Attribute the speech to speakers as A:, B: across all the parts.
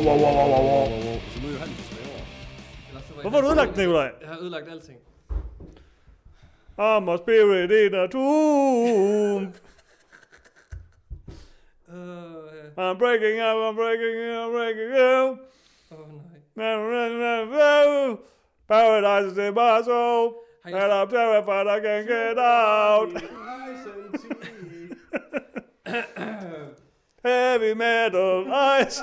A: Så nu er Johannes slaver.
B: Ellers så var
C: Hvorfor har du ødelagt den, Nikolaj?
B: Jeg har ødelagt alting.
C: I'm a spirit in a tomb.
B: Åh, Øh, ja.
C: I'm breaking up, I'm breaking up, I'm breaking up.
B: Åh, nej.
C: Paradise is in my soul.
B: Har I-
C: And I'm terrified I can't get out. Heavy metal ice.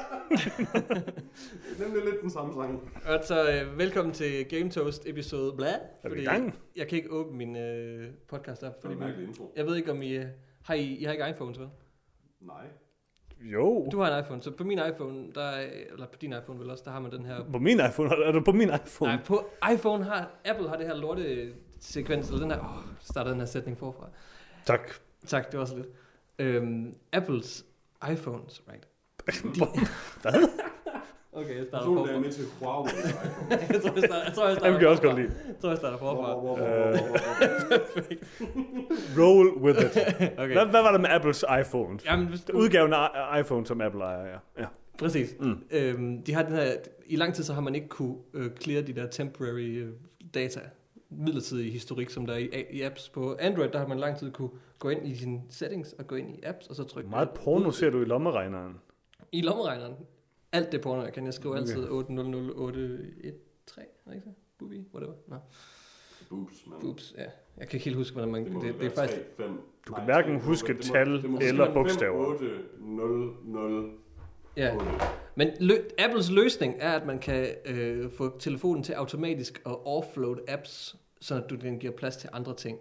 A: Nemlig lidt den samme sang.
B: Og så øh, velkommen til Game Toast episode bla.
C: vi i gang?
B: jeg kan ikke åbne min øh, podcast op.
A: Det er
B: Fordi
A: en mærkelig intro.
B: jeg ved ikke om I, øh, har I, I har ikke iPhones, vel?
A: Nej.
C: Jo.
B: Du har en iPhone, så på min iPhone, der, er- eller på din iPhone vel også, der har man den her...
C: På min iPhone. Er du på min iPhone?
B: Nej, på iPhone har Apple har det her lorte sekvens, eller den her... Åh, oh, starter den her sætning forfra.
C: Tak.
B: Tak, det var så lidt. Øhm, Apples iPhones, right? Okay, jeg starter
A: Personen er
B: forfra.
A: med til Huawei.
B: jeg tror, jeg starter, jeg tror, jeg starter
C: Dem kan jeg også godt
B: forfra.
C: lide.
B: Jeg tror, jeg starter forfra.
C: Øh. Roll with it.
B: Okay.
C: Hvad, hvad var der med Apples iPhones?
B: Jamen, hvis du...
C: Udgaven af iPhone, som Apple ejer, ja. ja.
B: Præcis.
C: Mm.
B: Mm. Øhm, de har den her, I lang tid så har man ikke kunne øh, clear de der temporary øh, data, midlertidig historik, som der er i, i apps. På Android, der har man lang tid kunne gå ind i sine settings og gå ind i apps, og så trykke...
C: Meget porno ser du i lommeregneren.
B: I lommeregneren. Alt det porno, jeg kan. Jeg skriver okay. altid 800813, er det ikke så? Booby, whatever. Nå,
A: Boobs, mand.
B: boobs, ja. Jeg kan ikke helt huske, hvordan man...
A: Det, må
B: Det, det,
A: være
B: er faktisk...
A: 3, 5,
C: Du kan hverken huske tal eller bogstaver.
A: 5, 8, 0, 0,
B: Ja.
A: 8.
B: Men lø- Apples løsning er, at man kan øh, få telefonen til automatisk at offload apps, så at du den giver plads til andre ting.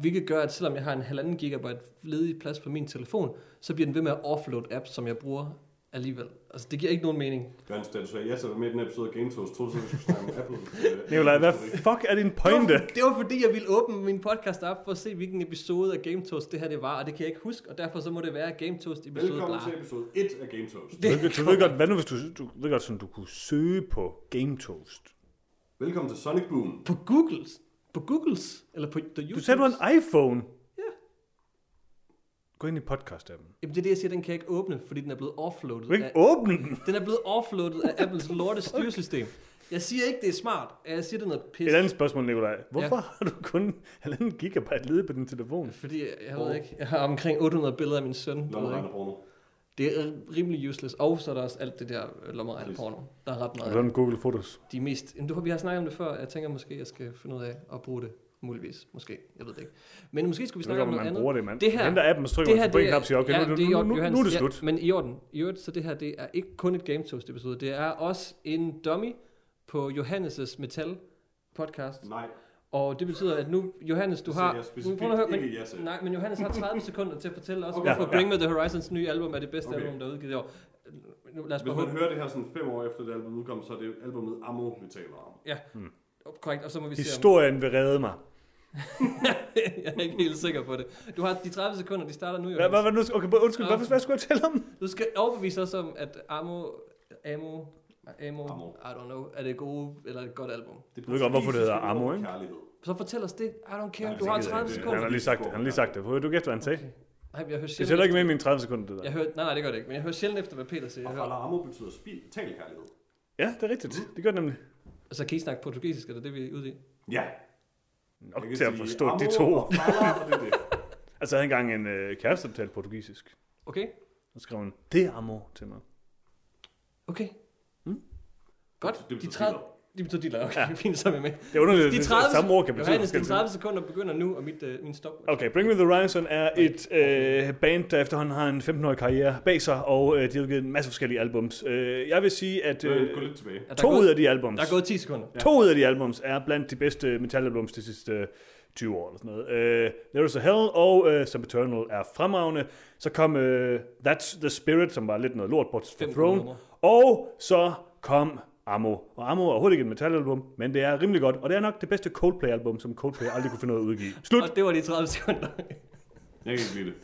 B: Hvilket gør, at selvom jeg har en halvanden gigabyte ledig plads på min telefon, så bliver den ved med at offload apps, som jeg bruger alligevel. Altså, det giver ikke nogen mening.
A: Jørgens, da du sagde ja til at være med i den her episode af Game Toast, troede du, at vi skulle snakke om Apple. øh,
C: Nikolaj, hvad
A: historik.
C: fuck er din pointe?
B: Det var, det var fordi, jeg ville åbne min podcast op for at se, hvilken episode af Game Toast det her det var, og det kan jeg ikke huske, og derfor så må det være Game Toast episode
A: Velkommen
B: bla.
A: til episode 1 af Game Toast.
C: Du ved, du ved godt, hvad nu hvis du, du ved godt, sådan, du kunne søge på Game Toast.
A: Velkommen til Sonic Boom.
B: På Googles. På Googles. Eller på the YouTube.
C: Du sagde, du har en iPhone.
B: Ja.
C: Gå ind i podcast-appen.
B: Jamen, det er det, jeg siger, den kan jeg ikke åbne, fordi den er blevet offloadet.
C: Du kan
B: af-
C: ikke åbne den.
B: Den er blevet offloadet af Apples lorte styresystem. Jeg siger ikke, det er smart. Jeg siger, det er noget pis.
C: Et andet spørgsmål, Nikolaj. Hvorfor
B: Ja.
C: har du kun halvanden gigabyte ledet på din telefon?
B: Fordi, jeg ved ikke, jeg har omkring 800 billeder af min søn. Jeg ved
A: Lommeregner
B: ikke.
A: porno.
B: Det er rimelig useless. Og så er der også alt det der lommeregn porno. Der er ret
C: Har
B: meget
C: du
B: af
C: en Google Fotos?
B: de mest... Jamen, du, vi har snakket om det før. Jeg tænker måske, jeg skal finde ud af at bruge det. Muligvis. Måske. Jeg ved det ikke. Men måske skulle
C: Det
B: vi
C: er
B: snakke om
C: godt,
B: noget
C: man
B: andet.
C: bruger det, mand.
B: Det her-
C: Du henter appen, så trykker man på en knap og siger, okay, nu, nu,
B: det er i
C: nu,
B: orden,
C: nu, nu, er
B: Johannes.
C: det slut.
B: Ja, men i orden. I øvrigt, så det her, det er ikke kun et Game Toast episode. Det er også en dummy på Johannes' Metal podcast.
A: Nej,
B: Og det betyder, at nu, Johannes, du
A: Det
B: har...
A: sagde jeg specifikt
B: prøv nu at høre,
A: ikke ja til.
B: Nej, men Johannes har 30 sekunder til at fortælle os,
A: Okay.
B: hvorfor
A: Ja,
B: Bring Me The Horizons nye album er det bedste
A: Okay.
B: album, der er udgivet i år. Nu, lad os bare
A: hvis man
B: høre.
A: hører det her sådan fem år efter det album udkom, så er det albumet Ammo, vi taler om.
B: Ja, korrekt, og så må vi se, om...
C: Historien vil redde mig.
B: jeg er ikke helt sikker på det. Du har de 30 sekunder, de starter nu,
C: Hvad, hvad,
B: Johannes.
C: hvad, nu? Okay, undskyld, hvad, hvad skulle jeg tale om?
B: Du skal overbevise os om, at Amo... Amo... Amo...
A: Amo.
B: I don't know. Er det gode eller et godt album?
A: Det
C: Du ved godt, hvorfor det hedder Ammo, ikke?
A: Kærlighed.
B: Så fortæl os det. I don't care.
A: Nej,
B: Du
A: det
B: har
A: gider jeg
B: 30
A: ikke.
C: Han
B: sekunder.
C: har lige sagt det. Han har lige sagt det. Får du gætte, hvad han sagde?
B: Okay. Nej, jeg hører
C: Det
B: sjældent...
C: tæller ikke
B: efter-
C: med i mine 30 sekunder, det der.
B: Jeg hører, nej, nej, det gør det ikke. Men jeg hører sjældent efter, hvad Peter siger.
A: Og
B: Jeg hører,
A: Fala Ammo betyder spil, tal kærlighed.
C: Ja, det er rigtigt.
B: Mm.
C: Det gør det nemlig
B: altså, kan I snakke portugisisk? Er det det, vi er ude i?
A: Ja.
C: nok
A: Man kan
C: til at
A: sige
C: forstå
A: Ammo
C: de to.
A: Og Fala, og det er det.
C: Altså, jeg havde engang en øh, kæreste, der talte portugisisk.
B: Okay?
C: Så skrev hun, det er amor til mig.
B: Okay.
C: Mm.
B: Godt.
A: Det betyder
B: de 30...
A: dealer.
B: De betyder dealer. Okay, ja. fint, så er vi med.
C: Det er underligt, at
B: De
C: det
B: 30,
C: samme ord kan betyde
B: Johannes, de
C: forskellige
B: 30 sekunder begynder nu, og mit, øh, min stop.
C: ting. Okay, Bring Me The Horizon er et øh, band, der efterhånden har en 15-årig karriere bag sig, og øh, de har udgivet en masse forskellige albums. Øh, jeg vil sige, at
A: Øh, Gå
C: øh,
A: lidt tilbage.
B: Er der
C: to
B: gået,
C: ud af de albums,
B: Der er gået 10 sekunder.
C: to ud af de albums er blandt de bedste metalalbums de sidste øh, 20 år eller sådan noget. Øh, There Is A Hell og øh, Eternal er fremragende. Så kom øh, That's The Spirit, som var lidt noget lort på
B: Fem
C: Throne.
B: numre.
C: Og så kom Ammo. Og Ammo er overhovedet ikke et metalalbum, men det er rimelig godt. Og det er nok det bedste Coldplay-album, som Coldplay aldrig kunne finde ud af at udgive. Slut!
B: Og det var de 30 sekunder.
A: Jeg kan ikke lide det.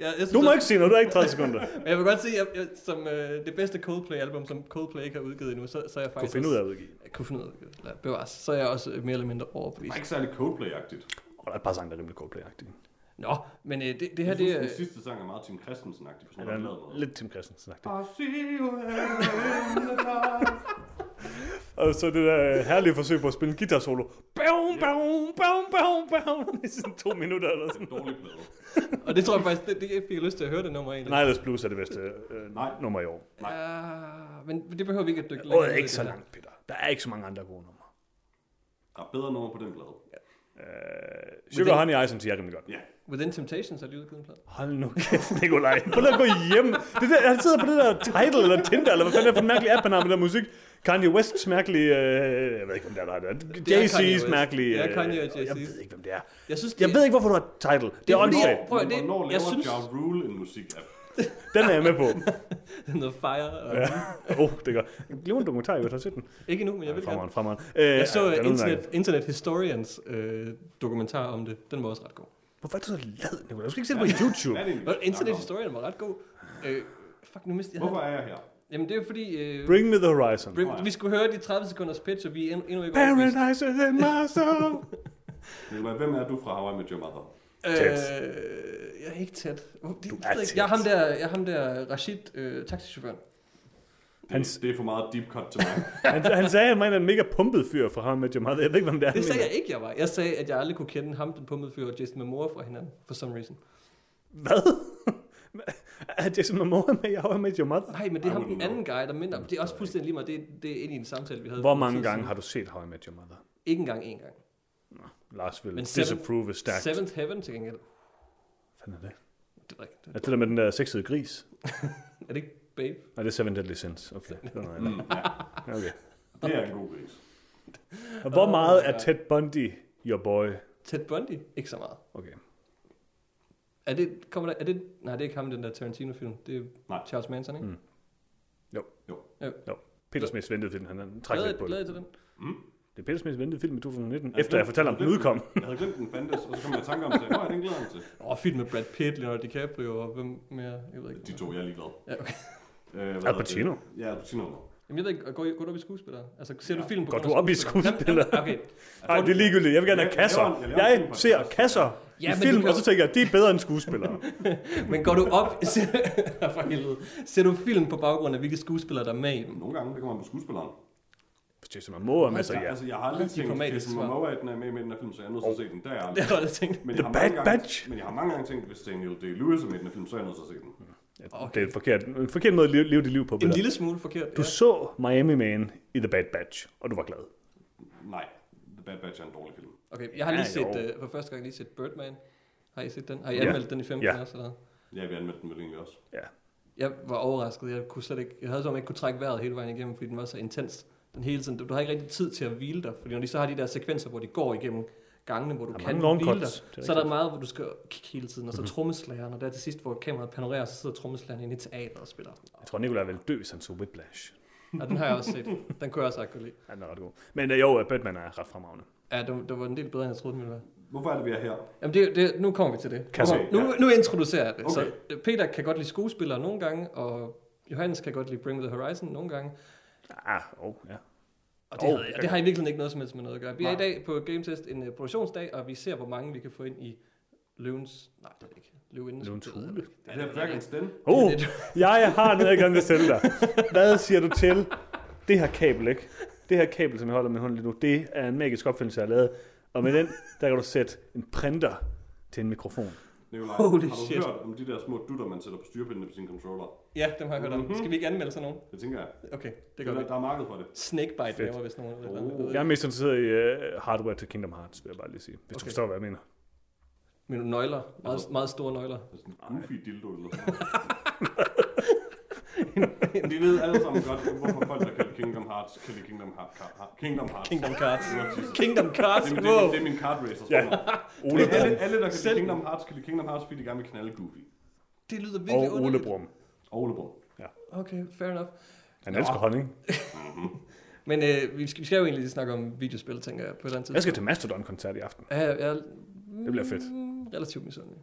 B: Jeg, jeg synes,
C: Du må
B: at-
C: ikke sige noget, du har ikke 30 sekunder.
B: Men jeg vil godt sige, at jeg, som øh, det bedste Coldplay-album, som Coldplay ikke har udgivet endnu, så, så er jeg
C: Kunne
B: faktisk...
C: finde ud af
B: også-
C: at udgive.
B: Jeg kunne finde ud af det. Eller bevares. Så er jeg også øh, mere eller mindre
A: Det var
B: overbevist.
A: ikke særlig Coldplay-agtigt.
C: Og der er et par sange, der er rimelig Coldplay-agtige.
B: Nå, men øh, det, det her,
A: Jeg synes,
B: det
A: den
B: er...
A: sidste sang er meget Tim Christensen-agtig på
C: Han
A: sådan en glad
C: er
A: måde.
C: lidt Tim Christensen -agtig.
A: I see you in the dark.
C: Og så det der øh, herlige forsøg på at spille en guitar-solo. Bam, bam, bam, bam, bam. I sådan to minutter eller sådan.
A: Dårlig plade.
B: Og det tror jeg faktisk, det, det jeg fik lyst til at høre det nummer egentlig.
C: Nihilus Blues er det bedste øh,
A: Nej.
C: nummer i år.
A: nej.
B: Uh, men det behøver vi ikke at dykke
C: Året
B: ned
C: er
B: i
C: ikke så
B: det her.
C: langt, Peter. Der er ikke så mange andre gode numre.
A: Der er bedre nummer på den plade.
C: Øh, Sugar Honey Ice, synes jeg er rimelig godt.
A: Ja.
B: Within Temptations har de udgivet en plade.
C: Hold nu kæft, Nikolaj. Prøv lige at gå hjem. Det der, han sidder på det der title eller Tinder, eller hvad fanden er det for en mærkelig app, han har med der musik. Kanye West's mærkelige... Øh, jeg ved ikke, hvem der er, der er.
B: Kanye West.
C: Jay-Z's mærkelige...
B: Det er Kanye og
C: øh, Jeg
B: Jay-Z's.
C: ved ikke, hvem det er.
B: Jeg synes, det,
C: Jeg ved ikke, hvorfor du har title. Det er
B: fordi-
C: åndssvagt.
B: Prøv at-
A: Men
B: det-
A: Hvornår
B: jeg
A: laver jeg
B: synes-
A: synes... Ja Rule en musikapp?
C: Den er jeg med på.
B: det er noget fire. Og...
C: Ja. Oh, det gør. Glemmer en dokumentar, jeg har set den.
B: Ikke nu, men jeg vil gerne.
C: Fremragende, fremragende. Øh,
B: Jeg så
C: den er
B: uh,
C: udmærket.
B: Internet, Internet Historians øh, dokumentar om det. Den var også ret god.
C: Hvorfor er du så lad, Nicolai? Du skal ikke se det på YouTube.
A: Hvad er det egentlig,
B: Og
A: vi snakker
B: Internet
A: om?
B: Historian var ret god. Øh, fuck, nu mistede jeg
A: Hvorfor
B: den.
A: er jeg her?
B: Jamen det er jo fordi... Øh,
C: Bring me the horizon.
B: Bring,
A: Nå ja.
B: vi skulle høre de 30 sekunders pitch, og vi er endnu, endnu ikke overbevist.
C: Paradise is in my soul.
A: Nikolaj, hvem er du fra Hawaii med Your Mother?
B: Øh, jeg er ikke tæt. Oh, det,
C: Du
B: jeg
C: er
B: ved ikke.
C: tæt.
B: Jeg er ham der, jeg er ham der Rashid, øh, taxichaufføren.
A: Det,
C: Hans-
A: det er for meget deep cut til mig.
C: han, han sagde, at man er en mega pumpet fyr fra ham med Your Mother. Jeg ved ikke, hvem det er.
B: Det sagde jeg ikke, jeg var. Jeg sagde, at jeg aldrig kunne kende ham, den pummede fyr, og Jason Momoa fra hinanden, for some reason.
C: Hvad? Er øh, Jason Momoa med i How I Met Your Mother?
B: Nej, men det er
A: I
B: ham
A: wouldn't
B: den
A: know.
B: anden guy, der minder om. Det er også fuldstændig lige meget. Det, det er ind i en samtale, vi havde.
C: Hvor
B: for
C: mange
B: tid siden.
C: gange har du set How I Met Your Mother?
B: Ikke engang en gang.
C: Lars vil
B: Men Seven-
C: disapprove is stærkt. Hvad
B: Seventh Heaven til gengæld.
C: fanden er det?
B: Det ved jeg ikke.
C: Er det der med den der sexede gris?
B: Er det ikke Babe?
C: Nej, det er Seven Deadly Sins. Okay. Det er noget andet.
A: Mm, ja,
C: okay.
A: det er en god Altså, gris.
C: Og Hvor meget
B: Åh, ja.
C: er Ted Bundy your boy?
B: Ted Bundy? Ikke så meget.
C: Okay.
B: Er det, kommer der, er det, nej, det er ikke ham, den der Tarantino-film. Det er
A: Nej.
B: Charles Manson, ikke?
C: Mm. Peter
B: Hvad-
C: Smiths ventede film, han- han trækker lidt
B: Bladet,
C: på det.
B: bladet til den.
A: Mm.
C: Det er Peter Smiths ventede film i 2019,
A: Altså,
C: efter jeg
A: den-
C: fortalte ham, den
A: den-
C: udkom.
A: Jeg havde glemt, den fandtes, og så kom jeg i tanke om, at jeg sagde, den glæder jeg mig til.
B: Åh, oh, fint med Brad Pitt, Leonardo DiCaprio og hvem mere, jeg ved ikke.
A: De to, jeg er ligeglad.
B: Ja, okay.
A: Øh, hvad hedder
C: Al
A: det?
C: Pacino.
A: Ja, Al Pacino.
B: Jamen, jeg ved ikke, går, går du op i skuespillere? Altså, ser du film på
C: Går
B: grund af
C: du op i skuespillere?
B: Jamen, jamen, Okay.
C: Nej, det er ligegyldigt. Jeg vil gerne have
A: Jeg- jeg
C: kasser.
A: laver en- jeg laver en film
C: Jeg
A: på
C: ser
A: en podcast.
C: kasser
B: Ja,
C: i
B: men du
C: film,
B: kan
C: og
B: jo-
C: så tænker jeg, det er bedre end skuespillere.
B: Men går du op... Ser, for helvede. Ser du film på baggrund af, hvilke skuespillere der er med i dem?
A: Nogle gange, det kommer man på skuespilleren.
C: Hvis Jason Momoa er med, så Altså, ja. Oh.
A: Altså, jeg har aldrig
B: Rigtig
A: tænkt, at
B: diplomatisk
A: Jason
B: svar.
A: Momoa er den er med i den her film, så jeg er nødt til at se den. Der er jeg
B: Det
A: aldrig.
B: var det, jeg tænkte.
A: Men
C: The
A: jeg har
C: Bad
A: mange gange,
C: Batch.
A: Men jeg har mange gange tænkt, hvis Daniel Day-Lewis er med i den her film, så er jeg nødt til at se den.
C: Det er et forkert, en forkert måde at leve, leve dit liv på.
B: En
C: Peter.
B: lille smule forkert.
C: Du så Miami Man i The Bad Batch, og du var glad.
A: Nej, The Bad Batch er en dårlig film.
B: Ja. Okay, jeg har lige
C: Ja, jo.
B: set, øh, for første gang lige set Birdman. Har I set den? Har I
C: Ja.
B: anmeldt den i 15
C: Ja.
B: år? Sådan noget?
A: Ja, vi anmeldte den vel egentlig også.
C: Ja.
B: Jeg var overrasket. Jeg, kunne slet ikke, jeg havde som om, jeg ikke kunne trække vejret hele vejen igennem, fordi den var så intens. Den hele tiden. Du, du har ikke rigtig tid til at hvile dig, fordi når de så har de der sekvenser, hvor de går igennem gangene, hvor du
C: Der er
B: kan
C: mange long
B: hvile dig,
C: cuts. Det er
B: så er der
C: rigtigt. Mhm.
B: meget, hvor du skal kigge hele tiden, og så trommeslageren, og der til sidst, hvor kameraet panorerer, så sidder trommeslageren inde i teateret og spiller.
C: Jeg tror, Nicolai vil dø, hvis han så Whiplash.
B: Og den har jeg også set. Den kunne jeg også godt lide.
C: Ja, Den er ret god. Men øh, jo, øh, Batman er ret fremragende.
B: Ja, det, det var en del bedre, end jeg troede, den ville være.
A: Hvorfor er det, vi er her?
B: Jamen, det, det, nu kommer vi til det.
C: Kasse.
B: Nu, nu, nu introducerer jeg det. Okay. Så
A: Okay.
B: øh, Peter kan godt lide skuespillere nogle gange, og Johannes kan godt lide Bring Me The Horizon nogle gange.
C: Ah, oh, ja.
B: Og det,
C: Oh,
B: oh, havde, jeg-
C: okay.
B: det har i virkeligheden ikke noget som helst med noget at gøre. Vi er i
A: Nej.
B: dag på Game Test en uh, produktionsdag, og vi ser, hvor mange vi kan få ind i løvens... Nej, det er det ikke. Løvens,
C: Løvens
B: det ved jeg
C: hule.
B: ikke.
A: Det er Dragon's Den.
C: Oh,
B: Det er
C: jeg har noget, jeg gerne vil sælge dig. Hvad siger du til det her kabel, ikke? Det her kabel, som jeg holder med hånden lige nu, det er en magisk opfindelse, jeg har lavet. Og med den, der kan du sætte en printer til en mikrofon.
A: Nikolaj,
B: Holy
A: har du
B: shit.
A: hørt om de der små dutter, man sætter på styrpindene på sin controller?
B: Ja, dem har jeg hørt om. Skal vi ikke anmelde sådan nogen?
A: Det tænker jeg.
B: Okay, det
A: Det
B: gør
A: der,
B: vi.
A: der er marked for det.
B: Snakebite
C: Fedt.
B: laver, hvis nogen ved
A: Oh.
B: oh.
C: Jeg er mest interesseret i uh, hardware til Kingdom Hearts, vil jeg bare lige sige. Hvis okay. du
B: Okay.
C: forstår, hvad jeg mener.
B: Men nøgler. Meget, meget store nøgler.
A: Det er sådan en goofy dildo eller sådan noget. Vi ved alle sammen godt, hvorfor folk, der kan lide Kingdom Hearts, kan lide Kingdom Hearts. Kingdom Hearts.
B: Kingdom Cards.
A: Det var præcis-
B: Kingdom
A: Det
B: Cards,
A: er min, det er
B: wow.
A: min, det er min kart racer
C: Ja.
A: ja.
C: Ole
A: alle,
C: Brum.
A: alle, der kan
B: Selv-
A: lide Kingdom Hearts, kan lide Kingdom Hearts, fordi de gerne vil knalde Goofy.
B: Det lyder virkelig
C: Og Ole
B: underligt.
C: Brum.
A: Og Ole Brun.
B: Okay, fair enough.
C: Han
B: Nå.
C: elsker honning.
B: Men øh, vi, skal, vi skal jo egentlig snakke om videospil, tænker jeg, på et eller andet tidspunkt.
C: Jeg skal til Mastodon-koncert i aften.
B: Ja, jeg er
C: Det bliver fedt.
B: mm, relativt misundelig.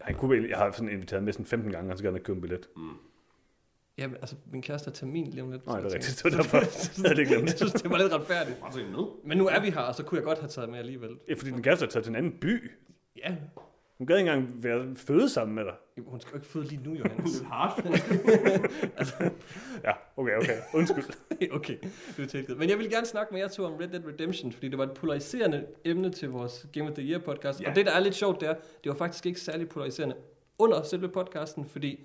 C: Han kunne, vel- jeg har sådan inviteret med sådan 15 gange, og så gerne have købt en billet.
B: Ja, men, altså, min kæreste har termin lige om lidt.
C: Nej, det er
B: så jeg
C: rigtigt.
B: tænkte-
C: Det var derfor. Jeg havde ikke glemt det.
B: jeg synes, det var lidt retfærdigt.
A: Bare se med.
B: Men nu er vi her, og så kunne jeg godt have taget med alligevel.
C: Ja, fordi den kæreste er taget til en anden by.
B: Ja,
C: Hun gad ikke engang være føde sammen med dig.
B: Jamen, Hun skal jo ikke føde lige nu,
A: Det er
B: Johannes.
A: lidt harsh.
C: Ja, okay, okay. Undskyld.
B: okay, du er tilgivet. Men jeg vil gerne snakke med jer to om Red Dead Redemption, fordi det var et polariserende emne til vores Game of the Year podcast.
A: Ja.
B: Og det, der er lidt sjovt, det er, det var faktisk ikke særlig polariserende under selve podcasten, fordi...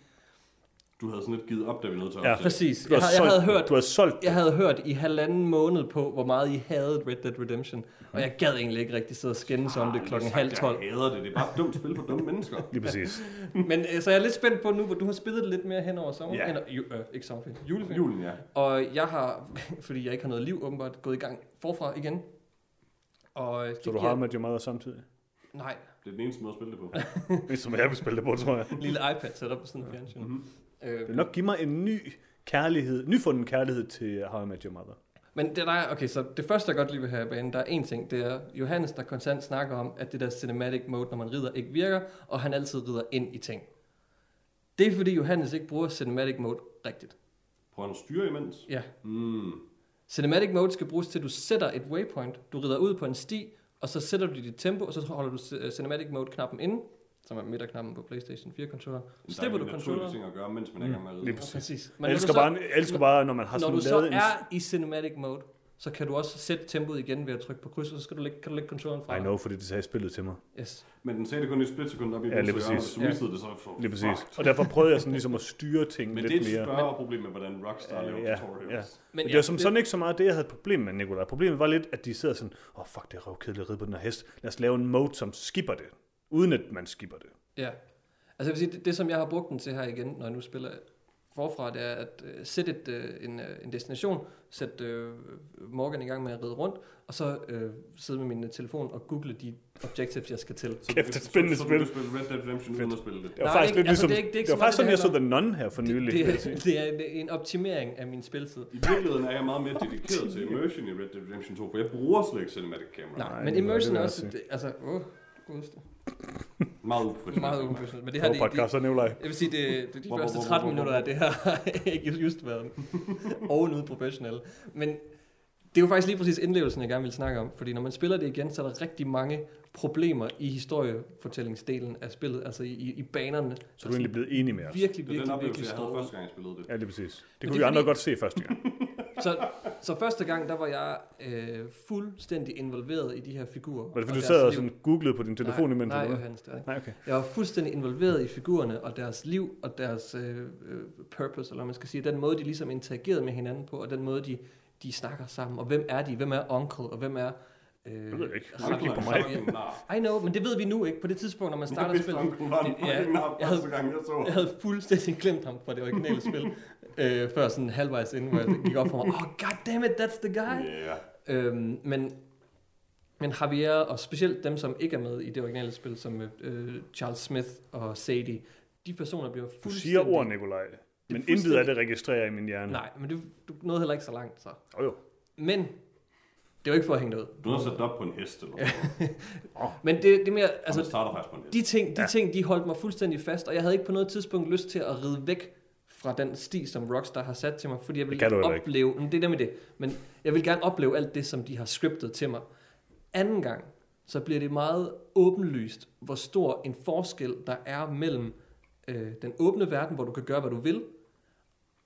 A: Du havde sådan lidt givet op, da vi nåede til at
C: Ja.
A: optage.
B: Præcis.
C: Du
B: Jeg,
C: har,
B: havde- jeg havde
C: solgt den.
B: hørt
C: Du har solgt
B: jeg havde hørt i halvanden måned på, hvor meget I havde Red Dead Redemption, og jeg gad egentlig ikke rigtig sidde og skændes om Mhm. det
A: Ah,
B: klokken
A: jeg har
B: halv
A: sagt,
B: tolv.
A: Jeg hader det. Det er bare et dumt spil for dumme mennesker.
C: Lige præcis.
B: Men øh, så er jeg er lidt spændt på nu, hvor du har spillet det lidt mere hen over sommer.
A: Ja.
B: Eller, ju, øh, ikke sommerferien, juleferien.
A: Julen, ja.
B: Og jeg har, fordi jeg ikke har noget liv åbenbart, gået i gang forfra igen. Og det
C: Så du
B: giver-
C: har med Your Mother samtidig.
B: Nej,
A: Det er den eneste måde at spille det på.
C: Det er som jeg vil spille det på, tror jeg.
B: en lille iPad sat op på sådan en fjernsyn.
A: Mhm.
C: Det
B: Øh,
C: vil nok give mig en ny kærlighed, nyfunden kærlighed til How I Met Your Mother.
B: men det der er, okay, så det første, jeg godt lige vil have i banen, der er en ting, det er Johannes, der konstant snakker om, at det der cinematic mode, når man rider, ikke virker, og han altid rider ind i ting. Det er fordi Johannes ikke bruger cinematic mode rigtigt.
A: Prøv at styre imens.
B: Ja.
A: Mm.
B: Cinematic mode skal bruges til, at du sætter et waypoint, du rider ud på en sti, og så sætter du dit tempo, og så holder du c- øh, cinematic mode-knappen inde, som er midterknappen på Playstation 4-controller. Så slipper du
A: controller.
B: Mm. controlleren.
A: ting at gøre, mens man er i gang med at
C: Lige
A: ride.
C: præcis.
B: Præcis.
C: Men jeg
B: når
C: elsker,
B: du så,
C: bare, jeg elsker bare, når man har
B: når
C: sådan
B: du så
C: lavet en...
B: er i cinematic mode, så kan du også sætte tempoet igen ved at trykke på kryds, og så skal du lægge, kan du lægge controlleren fra.
C: I know, fordi det sagde spillet til mig.
B: Yes.
A: Men den sagde det kun i et splitsekund op i
C: Ja,
A: venstre
C: lige
A: hjørne,
C: præcis.
A: og hvis du missede det, så for
C: Lige præcis.
A: fuck.
C: Og derfor prøvede jeg sådan ligesom at styre ting
A: Men det er
C: lidt
A: et
C: mere.
A: større problem med, hvordan Rockstar
C: Ja,
A: laver
C: ja,
A: tutorials.
C: Men det var som sådan ikke så meget det, jeg havde et problem med, Nicolaj. Problemet var lidt, at de sidder sådan, åh oh, fuck, det er røvkedeligt at ride på den her hest. Lad os lave en mode, som skipper det. Uden at man skipper det.
B: Ja. Altså jeg vil sige, det, det som jeg har brugt den til her igen, når jeg nu spiller forfra, det er at øh, sætte et, øh, en, øh, en destination, sætte øh, Morgan i gang med at ride rundt, og så øh, sidde med min øh, telefon og google de objectives, jeg skal til.
A: Så du
C: Kæft,
A: kan-
C: det er et spændende
A: så-
C: spil.
A: Så du kan spille Red Dead Redemption uden at spille det.
C: Det var
B: Nej,
C: faktisk lidt
B: det er ikke- altså,
C: ligesom,
B: det er ikke- det er
C: det
B: ikke
C: var
B: så meget,
C: faktisk sådan, jeg
B: det
C: så The Nun her for nylig. altså,
B: Det, det, er, det er en- en optimering af min spiltid.
A: I virkeligheden er jeg meget mere dedikeret til immersion i Red Dead Redemption 2, for jeg bruger slet ikke cinematic camera.
B: Nej,
C: Nej,
B: men
C: det er
B: immersion
C: det,
B: er
C: jeg
B: også,
C: vil
B: det, altså, åh, godeste.
A: Meget uprofessionelt.
B: Meget uprofessionelt, men det
C: det
B: her,
C: her,
B: det, det,
C: podcast, det, Nicolaj.
B: jeg vil sige, det, det er de
A: Hvor-
B: første
A: hvor- hvor-
B: 13
A: hvor-
B: minutter af det her, har ikke just været ovenud professionelle. Men det er jo faktisk lige præcis indlevelsen, jeg gerne vil snakke om, fordi når man spiller det igen, så er der rigtig mange problemer i historiefortællingsdelen af spillet, altså i, i, i banerne. Altså,
C: Så er du egentlig blevet enig med os.
B: virkelig,
A: Det er den
B: virkelig,
A: oplevelse,
B: virkelig
A: jeg havde
B: store.
A: første gang, jeg spillede det.
C: Ja, lige præcis. Det
B: Men
C: kunne
B: det
C: vi
B: er
C: andre
B: fordi-
C: godt se første gang.
B: Så, så første gang, der var jeg øh, fuldstændig involveret i de her figurer.
C: Var det
B: og
C: fordi, du
B: deres
C: sad og
B: liv.
C: sådan googlede på din telefon
B: Altså, nej,
C: imens?
B: Nej,
C: eller hvad?
B: Johannes, det er det ikke.
C: Nej, okay.
B: Jeg var fuldstændig involveret i figurerne og deres liv og deres øh, øh, purpose, eller hvad man skal sige, den måde, de ligesom interagerede med hinanden på, og den måde, de, de snakker sammen, og hvem er de? Hvem er onkel, og hvem er... Øh,
C: Det ved jeg ikke.
A: Onkel
C: Hold kigge på
A: er
C: mig.
A: fucking nar.
B: I know, men det ved vi nu ikke. På det tidspunkt, når man
A: Jeg
B: starter
A: vidste,
B: spillet...
A: onkel var en
B: Det- ja,
A: fucking nar
B: jeg havde-
A: første gang, jeg så.
B: Jeg havde fuldstændig glemt ham fra det originale spil, øh, før sådan halvvejs inden, hvor jeg gik op for mig, oh goddammit, that's the guy!
A: Ja.
B: Øhm, men, men Javier, og specielt dem, som ikke er med i det originale spil, som øh, Charles Smith og Sadie, de personer bliver
C: Du
B: fuldstændig...
C: siger ord, Nicolaj. Men intet af
B: fuldstændig-
C: det registrerer i min hjerne.
B: Nej, men du, du nåede heller ikke så langt, så.
C: Oh, jo.
B: Men, det var ikke for at hænge noget.
A: Du har sat det op på en hest, eller sådan noget.
B: Men det, det er mere,
A: Altså,
B: altså,
A: man starter faktisk på en hest.
B: de ting, de
C: Ja.
B: ting, de holdt mig fuldstændig fast, og jeg havde ikke på noget tidspunkt lyst til at ride væk fra den sti, som Rockstar har sat til mig, fordi jeg ville
C: kan du heller ikke.
B: opleve, men det er nemlig det, men jeg vil gerne opleve alt det, som de har scriptet til mig. Anden gang, så bliver det meget åbenlyst, hvor stor en forskel der er mellem øh, den åbne verden, hvor du kan gøre, hvad du vil,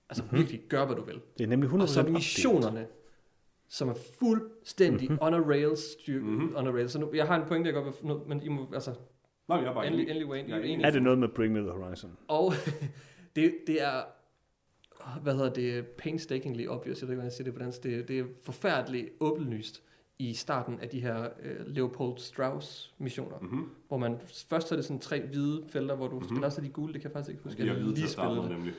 B: altså
C: Mhm.
B: mm-hmm. virkelig gøre, hvad du vil,
C: Det er nemlig 100%
B: og så
C: opdelt.
B: missionerne, som er fuldstændig
C: Mhm.
B: mm-hmm. on a rails, styr, mm-hmm. on a rails. Så nu, jeg har en pointe, jeg godt vil, nu- men I må, altså,
A: Nej, men jeg er bare
B: Endelig,
A: enig.
B: endelig Wayne,
A: Jeg
B: jeg
A: er
B: er
A: enig.
B: enig.
C: Er det noget med Bring Me The Horizon?
B: Og det, det er, hvad hedder det, painstakingly obvious, jeg ved ikke, hvordan jeg siger det på dansk, det, det er forfærdeligt åbenlyst i starten af de her øh, Leopold Strauss-missioner,
A: Mhm.
B: hvor man først er det sådan tre hvide felter, hvor du mm-hmm. spiller også de gule, det kan jeg faktisk ikke huske,
A: Jeg
B: jeg
A: er vide til
B: lige
A: at starte
B: spillede
A: med,
B: det.
A: nemlig.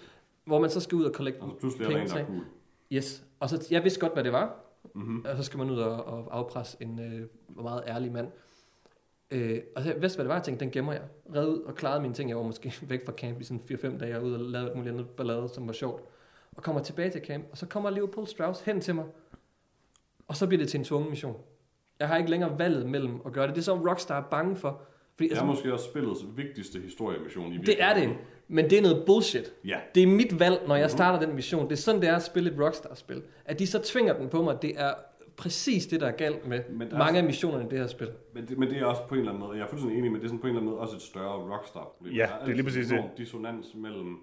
B: Hvor man så skal ud og collect
A: Altså, pludselig er der en, der er
B: penge,
A: cool.
B: Yes, og så, jeg vidste godt, hvad det var,
A: Mhm.
B: og så skal man ud og, og afpresse en øh, meget ærlig mand. Øh, og så jeg vidste, hvad det var, jeg tænkte, den gemmer jeg. Red ud og klarede mine ting. Jeg var måske væk fra camp i sådan 4-5 dage, og ud og lavede et muligt andet ballade, som var sjovt. Og kommer tilbage til camp, og så kommer Leopold Strauss hen til mig. Og så bliver det til en tvungen mission. Jeg har ikke længere valget mellem at gøre det. Det er så Rockstar er bange for. Fordi,
A: Det er
B: altså,
A: måske også spillets vigtigste historiemission i
B: det er det, men det er noget bullshit.
A: Ja, Mhm.
B: Det er mit valg, når jeg starter den mission. Det er sådan, det er at spille et Rockstar-spil. At de så tvinger den på mig, det er præcis det, der er galt med
A: Men der er-
B: mange af missionerne i det her spil.
A: Men det, men det er også på en eller anden måde, jeg er fuldstændig enig, men det er sådan på en eller anden måde også et større rockstar-problem.
C: Ja,
A: Der
C: det er
A: altid
C: lige præcis
A: en enorm dissonans mellem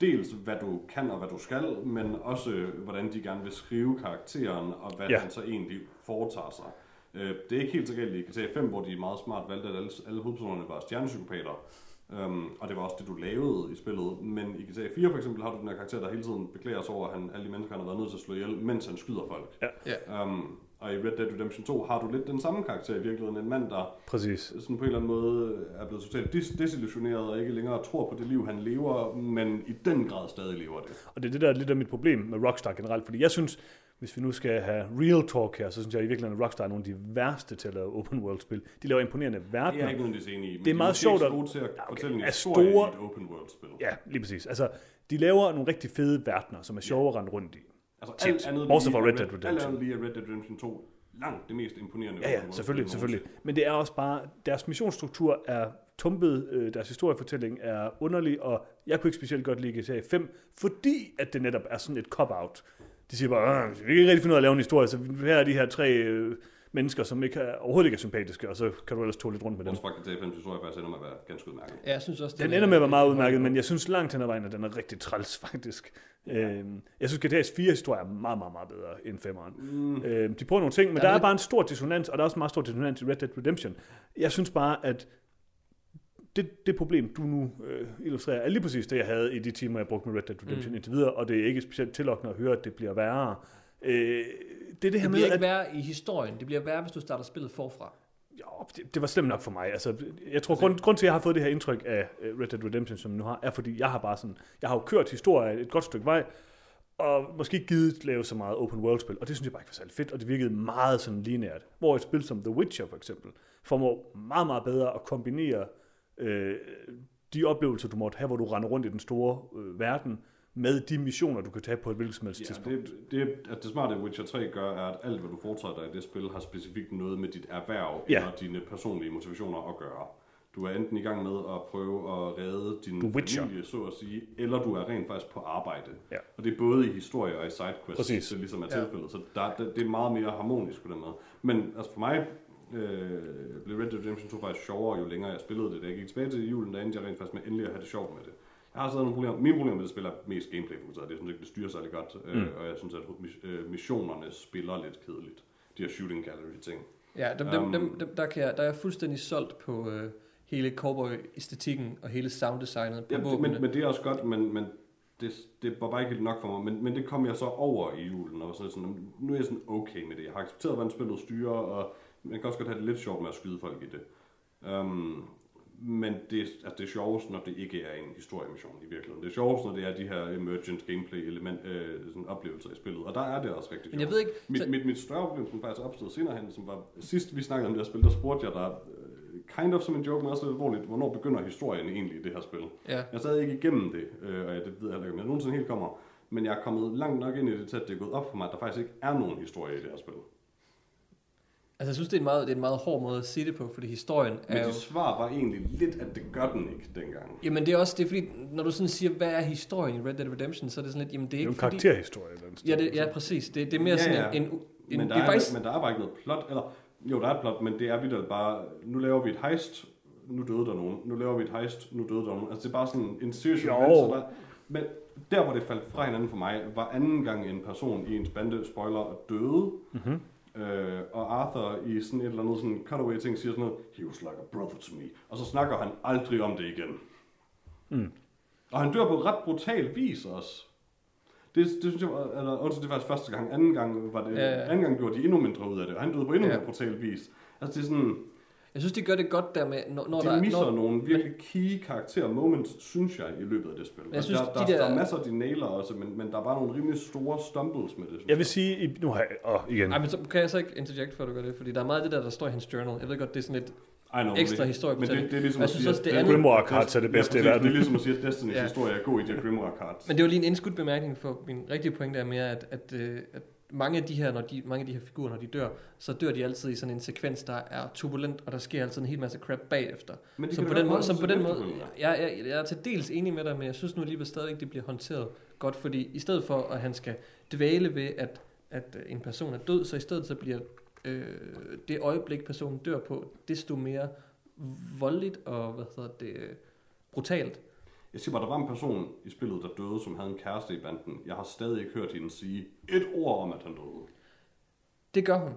A: dels, hvad du kan og hvad du skal, men også hvordan de gerne vil skrive karakteren, og hvad
C: Ja.
A: ja. han så egentlig foretager sig. Øh, det er ikke helt så galt i GTA 5, hvor de meget smart valgte, at alle, alle hovedpersonerne var stjernepsykopater, øhm, og det var også det, du lavede i spillet. Men i GTA 4 for eksempel har du den her karakter, der hele tiden beklager sig over, at han, alle de mennesker, han har været nødt til at slå ihjel, mens han skyder folk.
B: Ja.
A: Um, og i Red Dead Redemption 2 har du lidt den samme karakter i virkeligheden. En mand, der
C: Præcis.
A: sådan på en eller anden måde er blevet totalt dis- desillusioneret og ikke længere tror på det liv, han lever, men i den grad stadig lever det.
C: Og det er det, der er lidt af mit problem med Rockstar generelt, fordi jeg synes, hvis vi nu skal have real talk her, så synes jeg i virkeligheden, at Rockstar er nogle af de værste til at lave open world spil. De laver imponerende verdener.
A: Det er jeg ikke nødvendigvis enig i, men
C: Det er
A: de
C: meget
A: måske
C: sjovt,
A: ikke
C: at-
A: så gode til at
C: okay,
A: fortælle en
C: er
A: historie
C: store-
A: i et open world-spil.
C: Ja, lige præcis. Altså, de laver nogle rigtig fede verdener, som er sjove at rende rundt i.
A: Altså
C: Tit.
A: alt andet
C: Også
A: lige
C: for
A: er
C: Red Dead
A: Alt
C: Redemption.
A: andet lige er Red Dead Redemption 2 langt det mest imponerende.
C: Ja,
A: open
C: ja,
A: world-spil
C: selvfølgelig,
A: nogensinde.
C: selvfølgelig. Men det er også bare, deres missionsstruktur er tumpet, øh, deres historiefortælling er underlig, og jeg kunne ikke specielt godt lide GTA 5, fordi at det netop er sådan et cop-out. De siger bare, "Åh, vi kan ikke rigtig finde ud af at lave en historie, så her er de her tre øh, mennesker, som ikke er, overhovedet ikke er sympatiske, og så kan du ellers tåle lidt rundt med dem.
A: Vores faktisk til FN's historie faktisk ender med at være ganske udmærket.
B: ja, jeg synes også,
C: Den ender med at være meget udmærket, men jeg synes langt hen ad vejen, at den er rigtig træls, faktisk. Øhm, jeg synes, GTA's 4 historie er meget, meget, meget bedre end 5'eren. Mm. Øhm, de prøver nogle ting, men
B: Der
C: der,
B: er
C: er
B: lidt-
C: bare en stor dissonans, og der er også en meget stor dissonans i Red Dead Redemption. Jeg synes bare, at det, det problem, du nu øh, illustrerer, er lige præcis det, jeg havde i de timer, jeg brugte med Red Dead Redemption mm. indtil videre, og det er ikke specielt tillokkende at høre, at det bliver værre. Øh, det er det her med,
B: Det bliver
C: at
B: ikke værre i historien. Det bliver værre, hvis du starter spillet forfra.
C: Jo, det, det var slemt nok for mig. Altså, jeg tror, grund, grund til, at jeg har fået det her indtryk af øh, Red Dead Redemption, som jeg nu har, er, fordi jeg har bare sådan, jeg har jo kørt historie et godt stykke vej, og måske ikke givet lave så meget open world-spil, og det synes jeg bare ikke var særlig fedt, og det virkede meget sådan lineært. Hvor et spil som The Witcher for eksempel, formår meget, meget bedre at kombinere øh, de oplevelser, du måtte have, hvor du render rundt i den store øh, verden, med de missioner, du kan tage på et hvilket som helst tidspunkt.
A: Ja, det, det, at det smarte Witcher 3 gør, er, at alt, hvad du foretager dig i det spil, har specifikt noget med dit erhverv
C: Ja.
A: ja. eller dine personlige motivationer at gøre. Du er enten i gang med at prøve at redde din
C: Du er Witcher.
A: familie, så at sige, eller du er rent faktisk på arbejde.
C: Ja.
A: Og det er både i historie og i sidequests,
C: Præcis.
A: det ligesom er
B: Ja.
A: tilfældet. Så der, det, det er meget mere harmonisk på den måde. Men altså for mig øh, blev Red Dead Redemption 2 faktisk sjovere, jo længere jeg spillede det. Da jeg gik tilbage til julen, der endte jeg rent faktisk med endelig at have det sjovt med det. Jeg har stadig nogle problemer. Mine problemer med det spil er mest gameplay fokuseret. Det synes ikke, det styrer særlig godt. Mm. Øh, og jeg synes, at mis- øh, missionerne spiller lidt kedeligt. De her shooting gallery ting.
B: Ja, dem, dem,
A: Um,
B: dem, dem, der, kan jeg, der er jeg fuldstændig solgt på øh, hele cowboy-æstetikken og hele sounddesignet på
A: Ja,
B: ja,
A: det, men,
B: våbnene.
A: men det er også godt, men, men det, det var bare ikke helt nok for mig. Men, men det kom jeg så over i julen, og var sådan, sådan, nu er jeg sådan okay med det. Jeg har accepteret, hvordan spillet styrer, og man kan også godt have det lidt sjovt med at skyde folk i det. Um, men det, altså det er sjovest, når det ikke er en historiemission i virkeligheden. Det er sjovest, når det er de her emergent gameplay element, øh, sådan oplevelser i spillet. Og der er det også rigtig
B: Men jeg
A: sjovt.
B: ved ikke-
A: Mit,
B: så-
A: mit, mit større problem, som faktisk opstod senere hen, som var sidst vi snakkede om det her spil, der spurgte jeg dig, øh, kind of som en joke, men også lidt alvorligt, hvornår begynder historien egentlig i det her spil?
B: Ja.
A: Jeg sad ikke igennem det, øh, og jeg, det ved jeg heller ikke, om jeg nogensinde helt kommer. Men jeg er kommet langt nok ind i det, til at det er gået op for mig, at der faktisk ikke er nogen historie i det her spil.
B: Altså, jeg synes, det er, en meget, det er en meget hård måde at sige det på, fordi historien
A: Men
B: er jo...
A: dit svar var egentlig lidt, at det gør den ikke dengang.
B: Jamen, det er også det, er fordi, når du sådan siger, hvad er historien i Red Dead Redemption, så er det sådan lidt, jamen, det er
C: Det er jo
B: ikke
C: en
B: fordi...
C: karakterhistorie. Eller andet
B: Ja, det, ja, præcis. Det, det er mere
A: Ja,
B: sådan
A: ja.
B: en... en, en
A: Men der,
B: det
A: er,
B: er faktisk...
A: men der er bare ikke noget plot, eller jo, der er et plot, men det er vidt bare, nu laver vi et heist, nu døde der nogen, nu laver vi et heist, nu døde der nogen. Altså det er bare sådan en seriøs
C: Jo.
A: event, så der, men der, hvor det faldt fra hinanden for mig, var anden gang en person i ens bande, spoiler, og døde.
B: Mhm.
A: Mm-hmm. Øh, og Arthur i sådan et eller andet sådan cutaway ting siger sådan noget, he was like a brother to me. Og så snakker han aldrig om det igen. Mm. Og han dør på ret brutal vis også. Det, det synes jeg, var- eller undskyld, det var faktisk første gang. Anden gang var det,
B: Ja, ja.
A: anden gang gjorde de endnu mindre ud af det, og han døde på endnu
B: Ja.
A: mere brutal vis. Altså det er sådan,
B: Jeg synes, de gør det godt der med, når, når der...
A: de misser
B: når,
A: nogle virkelig key karakter moments, synes jeg, i løbet af det spil.
B: jeg
A: Og
B: synes,
A: der,
B: de
A: der,
B: der-
A: der, er masser af de nailer også, men, men der er bare nogle rimelig store stumbles med det. synes
C: Jeg vil sige, i- nu har jeg, åh, igen,
B: Ej, men så kan jeg så ikke interjecte, før du gør det, fordi der er meget af det der, der står i hans journal. Jeg ved godt, det er sådan lidt...
A: I know,
B: Ekstra
A: men- Men
B: historiefortælling.
A: det, det er ligesom
B: Jeg
A: at
B: synes
A: sige,
B: også,
A: at
B: det
A: Dest-
B: andet-
C: Grimoire cards er det
A: Ja,
C: bedste i
A: præcis.
C: verden.
A: Det er ligesom at sige, at Destinys
B: Ja.
A: historie er god i de her Grimoire cards.
B: Men det var lige en indskudt bemærkning, for min rigtige pointe er mere, at, at, øh, at mange af de her, når de, mange af de her figurer, når de dør, så dør de altid i sådan en sekvens, der er turbulent, og der sker altid en hel masse crap bagefter.
A: Men de
B: Så
A: kan
B: på
A: da
B: den
A: godt
B: måde, som på
A: forholde
B: den
A: sig til
B: måde,
A: efterfølgende.
B: jeg, jeg, jeg er til dels enig med dig, men jeg synes nu alligevel stadigvæk, det bliver håndteret godt, fordi i stedet for, at han skal dvæle ved, at at øh, en person er død, så i stedet så bliver øh, det øjeblik, personen dør på, desto mere voldeligt og hvad hedder det, øh, brutalt.
A: Jeg siger bare, der var en person i spillet, der døde, som havde en kæreste i banden. Jeg har stadig ikke hørt hende sige et ord om, at han døde.
B: Det gør hun.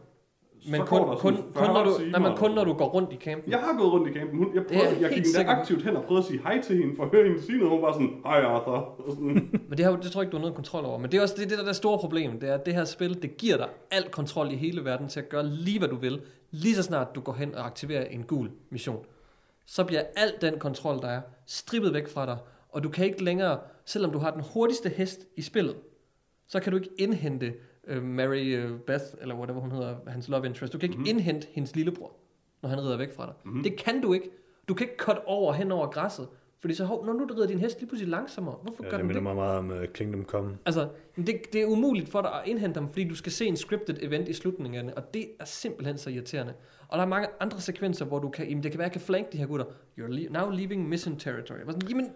A: Så
B: Men
A: går
B: kun,
A: der
B: kun,
A: sådan
B: kun,
A: 40
B: når du,
A: timer
B: nej, men
A: eller
B: kun når
A: sådan
B: du går rundt i campen.
A: Jeg har gået rundt i campen. Hun, jeg,
B: Det er
A: prøvede,
B: jeg
A: jeg
B: helt
A: gik endda
B: sikker på.
A: aktivt hen og prøvede at sige hej til hende, for at høre hende sige noget. Hun var sådan, hej Arthur. Og sådan,
B: Men det, har, det tror jeg ikke, du har noget kontrol over. Men det er også det, det der, er det store problem. Det er, at det her spil, det giver dig al kontrol i hele verden til at gøre lige, hvad du vil. Lige så snart du går hen og aktiverer en gul mission. Så bliver al den kontrol, der er, strippet væk fra dig. Og du kan ikke længere, selvom du har den hurtigste hest i spillet, så kan du ikke indhente øh, Mary øh, Beth, eller whatever hun hedder, hans love interest. Du kan ikke
C: Mhm.
B: mm-hmm. indhente hendes lillebror, når han rider væk fra dig. Mm-hmm. Det kan du ikke. Du kan ikke cut over hen over græsset. Fordi så, hov, når nu rider din hest lige pludselig langsommere, hvorfor ja, gør
C: det
B: den det?
C: minder mig meget om uh, Kingdom Come.
B: Altså, men det, det er umuligt for dig at indhente dem, fordi du skal se en scripted event i slutningen, og det er simpelthen så irriterende. Og der er mange andre sekvenser, hvor du kan, jamen det kan være, jeg kan flanke de her gutter. You're le- now leaving mission territory. Jeg var sådan, Jamen,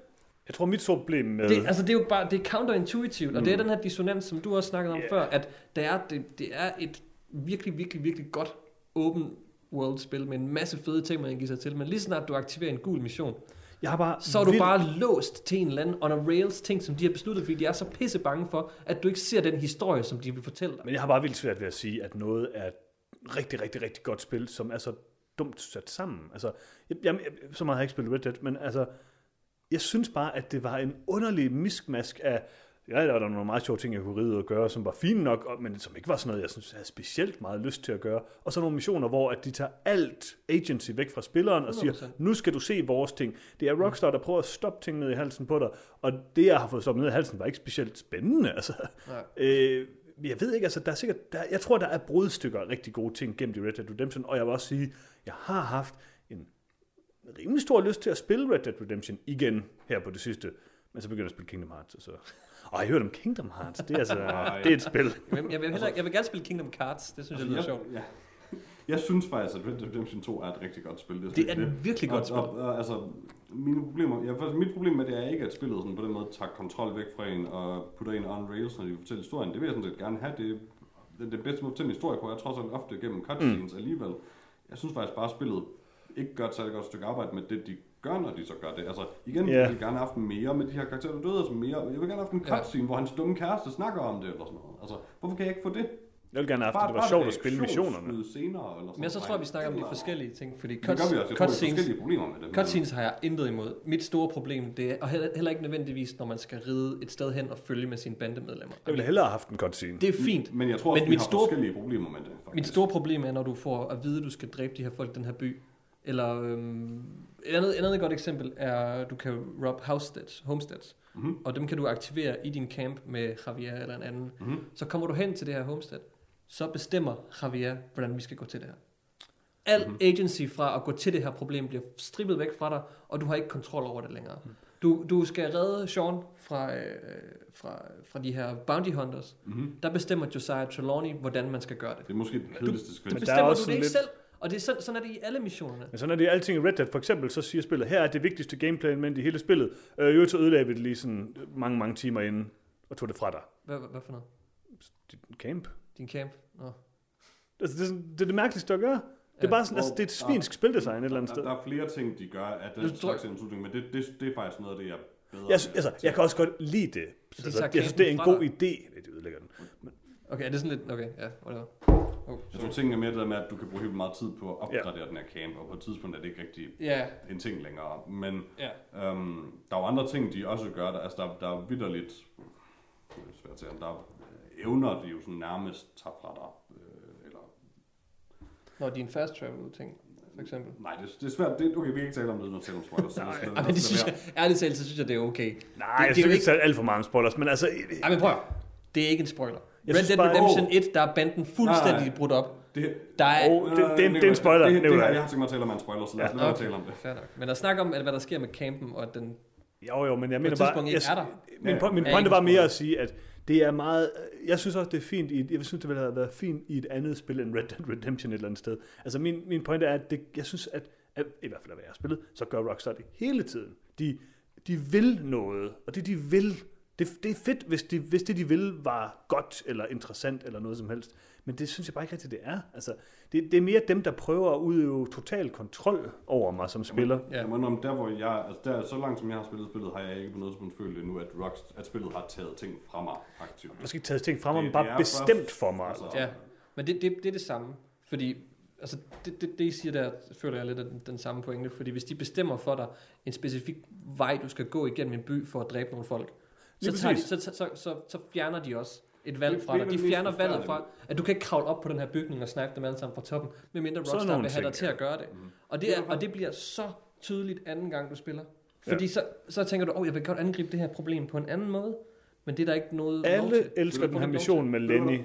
C: Jeg tror, mit store problem med...
B: det, altså, det er jo bare, det er counterintuitivt, og det er den her dissonans, som du også snakkede om
C: Ja.
B: før, at det er, det, det er et virkelig, virkelig, virkelig godt open world spil med en masse fede ting, man kan give sig til, men lige så snart du aktiverer en gul mission,
C: jeg har bare
B: så er du
C: vildt-
B: bare låst til en eller anden on a rails ting, som de har besluttet, fordi de er så pisse bange for, at du ikke ser den historie, som de vil fortælle dig.
C: Men jeg har bare vildt svært ved at sige, at noget er et rigtig, rigtig, rigtig godt spil, som er så dumt sat sammen. Altså, jeg, jeg, jeg, så meget har jeg ikke spillet Red Dead, men altså, jeg synes bare, at det var en underlig miskmask af, ja, der var der nogle meget sjove ting, jeg kunne ride ud og gøre, som var fine nok, og- men som ikke var sådan noget, jeg synes, jeg havde specielt meget lyst til at gøre. Og så nogle missioner, hvor at de tager alt agency væk fra spilleren og siger,
B: 100%.
C: nu skal du se vores ting. Det er Rockstar, der prøver at stoppe ting ned i halsen på dig, og det, jeg har fået stoppet ned i halsen, var ikke specielt spændende. Altså,
B: Nej.
C: Øh, jeg ved ikke, altså der er sikkert, der, jeg tror, der er brudstykker af rigtig gode ting gennem de Red Dead Redemption, og jeg vil også sige, jeg har haft en rimelig stor lyst til at spille Red Dead Redemption igen her på det sidste, men så begynder jeg at spille Kingdom Hearts, og så... Og jeg hørte om Kingdom Hearts, det er altså,
A: Ej.
C: det er et spil.
B: Men jeg vil, heller, jeg vil gerne spille Kingdom Cards, det
A: Altså,
B: synes jeg lyder sjovt.
A: ja. Jeg synes faktisk, at Red Dead Redemption 2 er et rigtig godt spil. slet
B: Det er
A: ikke
B: et virkelig godt
A: og, Og, og, altså, mine problemer, ja, faktisk, mit problem med det er ikke, at spillet sådan på den måde tager kontrol væk fra en og putter en on rails, når de fortæller historien. Det vil jeg sådan set gerne have. Det er den, den bedste måde at fortælle en historie på, er trods alt ofte gennem cutscenes mm. alligevel. Jeg synes faktisk bare, at spillet ikke gør et særlig godt stykke arbejde med det, de gør, når de så gør det. Altså, igen,
C: Ja.
A: yeah. jeg vil gerne have haft mere med de her karakterer, der døde, altså mere. Jeg vil gerne have haft en
B: Ja.
A: cutscene, hvor hans dumme kæreste snakker om det, eller sådan noget. Altså, hvorfor kan jeg ikke få det?
C: Jeg vil gerne have haft, at Altså, det var sjovt at spille missionerne.
A: reaktionsskud Senere, eller sådan
B: Men jeg så tror jeg, vi snakker om de
A: Eller-
B: forskellige ting, fordi
A: Det gør vi også. Jeg tror, vi har
B: cutscenes,
A: forskellige problemer med det. men-
B: cutscenes har jeg intet imod. Mit store problem, det er, og heller, heller ikke nødvendigvis, når man skal ride et sted hen og følge med sine bandemedlemmer.
C: Jeg ville hellere have haft en cutscene.
B: Det er fint.
A: Men jeg tror
B: Men
A: også, vi
B: mit
A: har
B: store-
A: forskellige problemer med det, faktisk.
B: Mit store problem er, når du får at vide, at du skal dræbe de her folk i den her by. Eller øhm, et, andet, et andet godt eksempel er, du kan rob homesteads, homesteads
A: Mhm.
B: og dem kan du aktivere i din camp med Javier eller en anden.
A: Mhm.
B: Så kommer du hen til det her homestead, så bestemmer Javier, hvordan vi skal gå til det her. Al
A: Mhm.
B: agency fra at gå til det her problem bliver strippet væk fra dig, og du har ikke kontrol over det længere.
A: Mhm.
B: Du, du skal redde Sean fra, øh, fra, fra de her bounty hunters.
A: Mhm.
B: Der bestemmer Josiah Trelawney, hvordan man skal gøre det.
A: Det er måske den kedeligste
B: Men
A: sekvens.
C: der
B: bestemmer
C: er
B: du
C: også
B: det
C: sådan
B: ikke lidt...
C: lidt-
B: selv. Og det er sådan, sådan er det i alle missionerne.
C: Men sådan er det i alting i Red Dead. For eksempel så siger spillet, her er det vigtigste gameplay element i hele spillet. Øh, I øvrigt så ødelagde vi det lige sådan mange, mange timer inden, og tog det fra dig.
B: Hvad, hvad, hvad for noget?
C: Dit camp.
B: Din camp? Nå.
C: Altså, det, er sådan, det er det mærkeligste at gøre. Det er
B: Ja.
C: bare sådan,
A: Hvor-
C: altså, det er et svinsk spildesign et eller andet
A: Der-
C: sted.
A: Der er flere ting, de gør af den
B: Du tror-
A: slags indslutning, men det, det, det er faktisk noget af det, jeg bedre...
C: Jeg, sy- altså, jeg kan også godt lide det. Altså,
B: tager
C: jeg synes,
B: campen
C: det er en
B: fra
C: god
B: dig.
C: idé. Det ødelægger den.
B: Okay, er det sådan lidt... Okay, ja, whatever. Oh,
A: Jeg
B: sorry.
A: tror, tingene er mere det der med, at du kan bruge helt meget tid på at opgradere den her camp, og på et tidspunkt er det ikke rigtig
B: Ja,
A: en ting længere. Men
B: ja.
A: Øhm, der er jo andre ting, de også gør. Der, altså, der, der er vidderligt... Det er svært at sige, men der er evner, de jo sådan nærmest tager fra dig. Øh, eller,
B: Når din fast travel ting, for eksempel.
A: nej, det, det er svært. Det, okay, vi kan ikke tale om det, uden at tale om spoilers. så skal vi
B: Ej,
A: nok
B: men det
A: lade
B: synes
A: være.
B: jeg, ærligt talt, så synes jeg, det er okay.
C: Nej, jeg
B: det er jo
C: synes ikke,
B: ikke-
C: det er alt for mange spoilers, men altså...
B: Ej, men prøv at høre. Det er ikke en spoiler.
C: Jeg
B: Red
C: synes
B: Dead
C: bare-
B: Redemption 1, der er banden fuldstændig
A: Nej.
B: brudt op.
A: Det,
B: Der er...
C: Åh, det- det er en- det er en
A: Nicolaj,
C: spoiler,
A: Det, det, det, her,
C: Nicolaj.
A: jeg har tænkt mig at tale om er en spoiler, så lad os
C: Ja.
A: ja. lade være tale om det.
B: Fair nok. Men at snakke om, at hvad der sker med campen, og at den...
C: Jo, jo, men jeg mener
B: tidspunkt
C: bare...
B: ikke
C: Jeg,
B: er der.
C: Min,
A: Ja,
C: po- min
B: ja.
C: pointe
B: Ja,
C: var
B: ingen
C: mere at sige, at det er meget... Jeg synes også, det er fint i... Jeg synes, det ville have været fint i et andet spil end Red Dead Redemption et eller andet sted. Altså, min, min pointe er, at det, jeg synes, at, at... I hvert fald, af hvad jeg har spillet, så gør Rockstar det hele tiden. De, de vil noget, og det de vil, Det, det er fedt, hvis, de, hvis det, de vil, var godt eller interessant eller noget som helst. Men det synes jeg bare ikke rigtigt, det er. Altså, det, det er mere dem, der prøver at udøve total kontrol over mig som spiller.
A: Ja. Jeg må indrømme, der hvor jeg, altså der, så langt som jeg har spillet spillet, har jeg ikke på noget tidspunkt følt endnu, at, Rockstar, at spillet har taget ting fra mig aktivt.
C: Måske tages ting frem, men
A: Det- det
C: bare
A: er
C: bestemt
A: først-
C: for mig.
A: Altså,
B: Ja, men det, det, det er det samme. Fordi altså, det, det, det, I siger der, føler jeg lidt af den, den samme pointe. Fordi hvis de bestemmer for dig en specifik vej, du skal gå igennem en by for at dræbe nogle folk,
C: Lige
B: så, tager de,
C: præcis.
B: så, så, så, så, så fjerner de også et valg
A: Det-
B: fra
A: det er
B: dig.
A: vel
B: De
A: mest
B: fjerner valget fra,
A: forfærdelige.
B: at du kan ikke kravle op på den her bygning og snipe dem alle sammen fra toppen, medmindre
C: Sådan
B: Rockstar
C: nogle
B: vil have
C: ting,
B: dig til
C: ja. Mm.
B: at gøre det.
A: Mhm.
B: Og
A: Det
B: det,
A: er
B: er,
A: ret-
B: og det bliver så tydeligt anden gang, du spiller. Fordi så, så tænker du, åh, oh, jeg vil godt angribe det her problem på en anden måde, men det er der ikke noget lov til.
C: Alle elsker
A: Vil du
C: den her
B: få lidt
C: mission med
A: Vil du-
C: Lenny. Øh,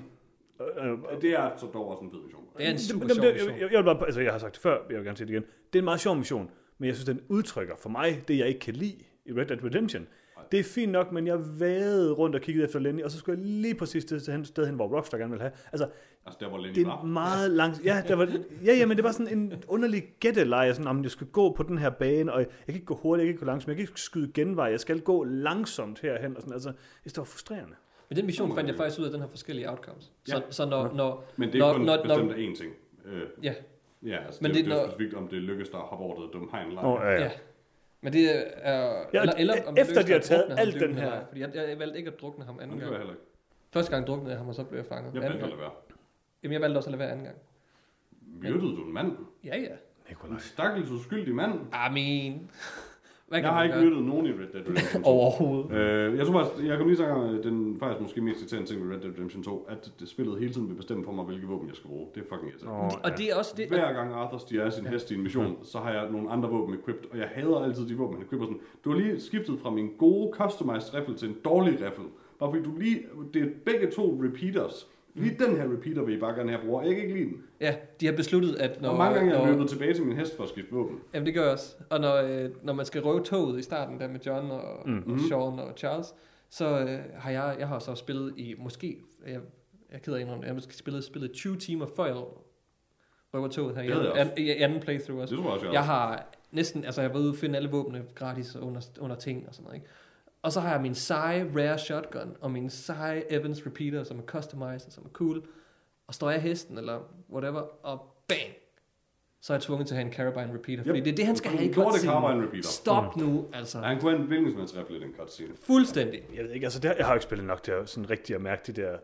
C: øh,
A: Ja, Det er så dog også en fed mission.
B: Det er en
C: Det-
B: super
C: det-
B: sjov
C: det-
B: mission.
C: Jeg, jeg, jeg, altså, jeg har sagt det før, jeg vil gerne sige det igen. Det er en meget sjov mission, men jeg synes, den udtrykker for mig det, jeg ikke kan lide i Red Dead Redemption. Det er fint nok, men jeg vagede rundt og kiggede efter Lenny, og så skulle jeg lige præcis det hen- sted hen, hvor Rockstar gerne ville have. Altså,
A: Altså der hvor Lenny
C: det er
A: var.
C: meget langt. Ja, der var, ja, ja, men det var sådan en underlig gætteleje. Jeg Sådan, om jeg skal gå på den her bane, og jeg kan ikke gå hurtigt, jeg kan ikke gå langsomt, jeg kan ikke skyde genvej, jeg skal gå langsomt herhen. Og sådan, altså, det var frustrerende.
B: Men den mission
A: Nå,
B: fandt jeg
A: øh.
B: faktisk ud af, at den har forskellige outcomes. Så,
A: Ja.
B: ja. så når, når,
A: Men det er
B: når,
A: kun
B: når,
A: bestemt
B: når,
A: af én ting. Øh,
B: ja,
A: ja, altså,
B: Men
A: det, det,
B: det-
A: det, er
B: når-
A: specifikt, om det lykkes dig at hoppe over det dumme hegn eller
C: Nå,
A: ej.
C: ja, ja.
B: ja. Men det er...
C: Ja, e-
B: eller, eller om det
C: efter de har
B: lykkes dig at
C: taget
B: drukne ham
C: alt den
B: løbende
C: her-
B: eller ej. Fordi jeg, jeg valgte ikke at drukne ham anden
A: Det gør jeg
B: gang.
A: heller ikke.
B: Første gang druknede jeg ham, og så blev jeg fanget.
A: Jeg
B: anden
A: valgte at
B: gang.
A: lade være.
B: Jamen, jeg valgte også at lade være anden gang.
A: Myrdede du en mand?
B: Ja, ja.
A: En
C: Nikolaj.
A: stakkels uskyldig mand?
B: I mean... Hvad kan
A: Jeg har
B: man
A: ikke
B: gøre?
A: myrdet nogen i Red Dead Redemption 2.
B: Overhovedet.
A: Øh, jeg tror faktisk, jeg kom lige i tanke om øh, den faktisk måske mest irriterende ting ved Red Dead Redemption 2, at det spillet hele tiden vil bestemme for mig, hvilke våben jeg skal bruge. Det er fucking irriterende.
C: Nå,
B: Og det er også det...
A: Hver gang Arthur stiger af sin hest i en mission, så har jeg nogle andre våben equipped, og jeg hader altid de våben, han equipper sådan. Du har lige skiftet fra min gode customized rifle til en dårlig rifle. Bare fordi du lige, det er begge to repeaters. Lige den her repeater vil I bare gerne have bruger. Jeg kan ikke lide den.
B: Ja, de har besluttet, at når...
A: Og mange gange er jeg
B: når
A: løbet tilbage til min hest for at skifte våben.
B: jamen, det gør jeg også. Og når, øh, når man skal røve toget i starten der med John og,
A: Mm-hmm.
B: mm. og Sean og Charles, så øh, har jeg, jeg har så spillet i måske... Jeg, jeg er ked af at indrømme, det, jeg har måske spillet, spillet 20 timer før jeg røver toget her i,
A: Det havde jeg
B: anden, i anden playthrough
A: Det
B: også.
A: tror jeg også, jeg
B: Jeg har næsten, altså jeg har været ude og finde alle våbne gratis under, under ting og sådan noget, ikke? Og så har jeg min seje rare shotgun og min seje Evans repeater, som er customized og som er cool. Og står jeg af hesten eller whatever, og bang! Så er jeg tvunget til at have en carabine repeater, fordi
A: Yep.
B: det er det, han skal have i
A: En lorte
B: cutscene.
A: carbine repeater.
B: Stop nu, altså.
A: Han kunne have en hvilken som helst rifle i den cutscene.
B: Fuldstændig.
C: Jeg ved ikke, altså der, jeg har jo ikke spillet nok til at sådan rigtig at mærke de der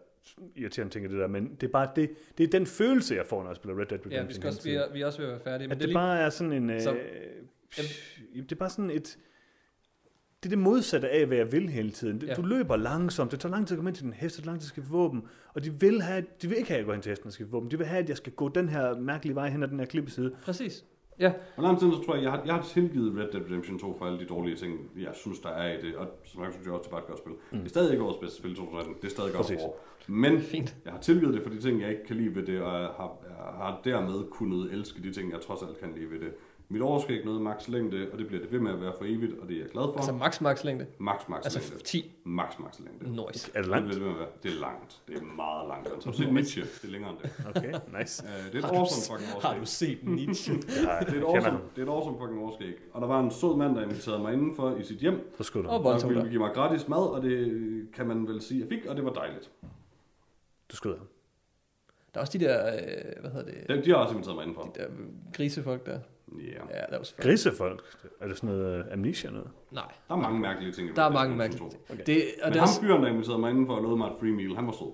C: irriterende ting og det der, men det er bare det, det er den følelse, jeg får, når jeg spiller Red Dead Redemption.
B: Ja, vi, skal
C: hele
B: også, vi,
C: tiden.
B: er, vi er også ved at være færdige. Men
C: At
B: det er
C: det
B: lige,
C: bare er sådan en... Øh,
B: Så-
C: pff, det er bare sådan et... Det er det modsatte af, hvad jeg vil hele tiden. Det-
B: Ja.
C: Du løber langsomt, det tager lang tid at komme ind til din hest, det tager lang tid at skifte våben, og de vil, have, de vil ikke have, at jeg går hen til hesten og skifte våben. De vil have, at jeg skal gå den her mærkelige vej hen ad den her klippeside.
B: præcis. Ja,
A: Og langt siden, så tror jeg, jeg har, jeg har tilgivet Red Dead Redemption 2 for alle de dårlige ting, jeg synes, der er i det. Og som sagt, synes jeg også, det er bare et godt spil. Mm. Det er stadig ikke årets bedste spil i 2018. Det er stadig godt
C: Præcis.
A: år. Men
B: Fint.
A: jeg har tilgivet det for de ting, jeg ikke kan lide ved det, og jeg har, jeg har dermed kunnet elske de ting, jeg trods alt kan lide ved det. Mit overskæg nåede max længde, og det bliver det ved med at være for evigt, og det er jeg glad for. Altså,
B: altså max max længde.
A: max, max
B: Altså Mm.
A: længde.
B: 10.
A: Max, max længde.
B: Nice.
A: Det,
C: Er det
A: bliver
C: langt?
A: det, ved med at være. det er langt. Det er meget langt. Altså, det er Nietzsche. Det er længere end det.
C: Okay, nice.
A: Øh, Det er et awesome fucking overskæg.
B: Har du set Nietzsche?
A: Det er, et
C: Kender
A: awesome,
C: ham.
A: det er et awesome fucking overskæg. Og der var en sød mand, der inviterede mig indenfor i sit hjem,
C: Så skyder
B: Og
C: han.
A: og
B: voldtog
A: ville
B: dig.
A: give mig gratis mad, og det kan man vel sige, jeg fik, og det var dejligt.
C: Du skyder ham.
B: Der er også de der, øh, hvad hedder det?
A: De, de har også inviteret mig indenfor.
B: De der grisefolk der.
A: Ja.
B: Ja, der var selvfølgelig.
C: Grisefolk? Er det sådan noget øh, amnesia noget?
B: Nej,
A: Der er mange mærkelige ting. i
B: der er
A: Red Dead
B: mange
A: Redemption
B: mærkelige
A: 2.
B: ting. Det, og
A: Men
B: det er
A: ham
B: også,
A: fyren, der inviterede mig indenfor og lovede mig et free meal, han var sød.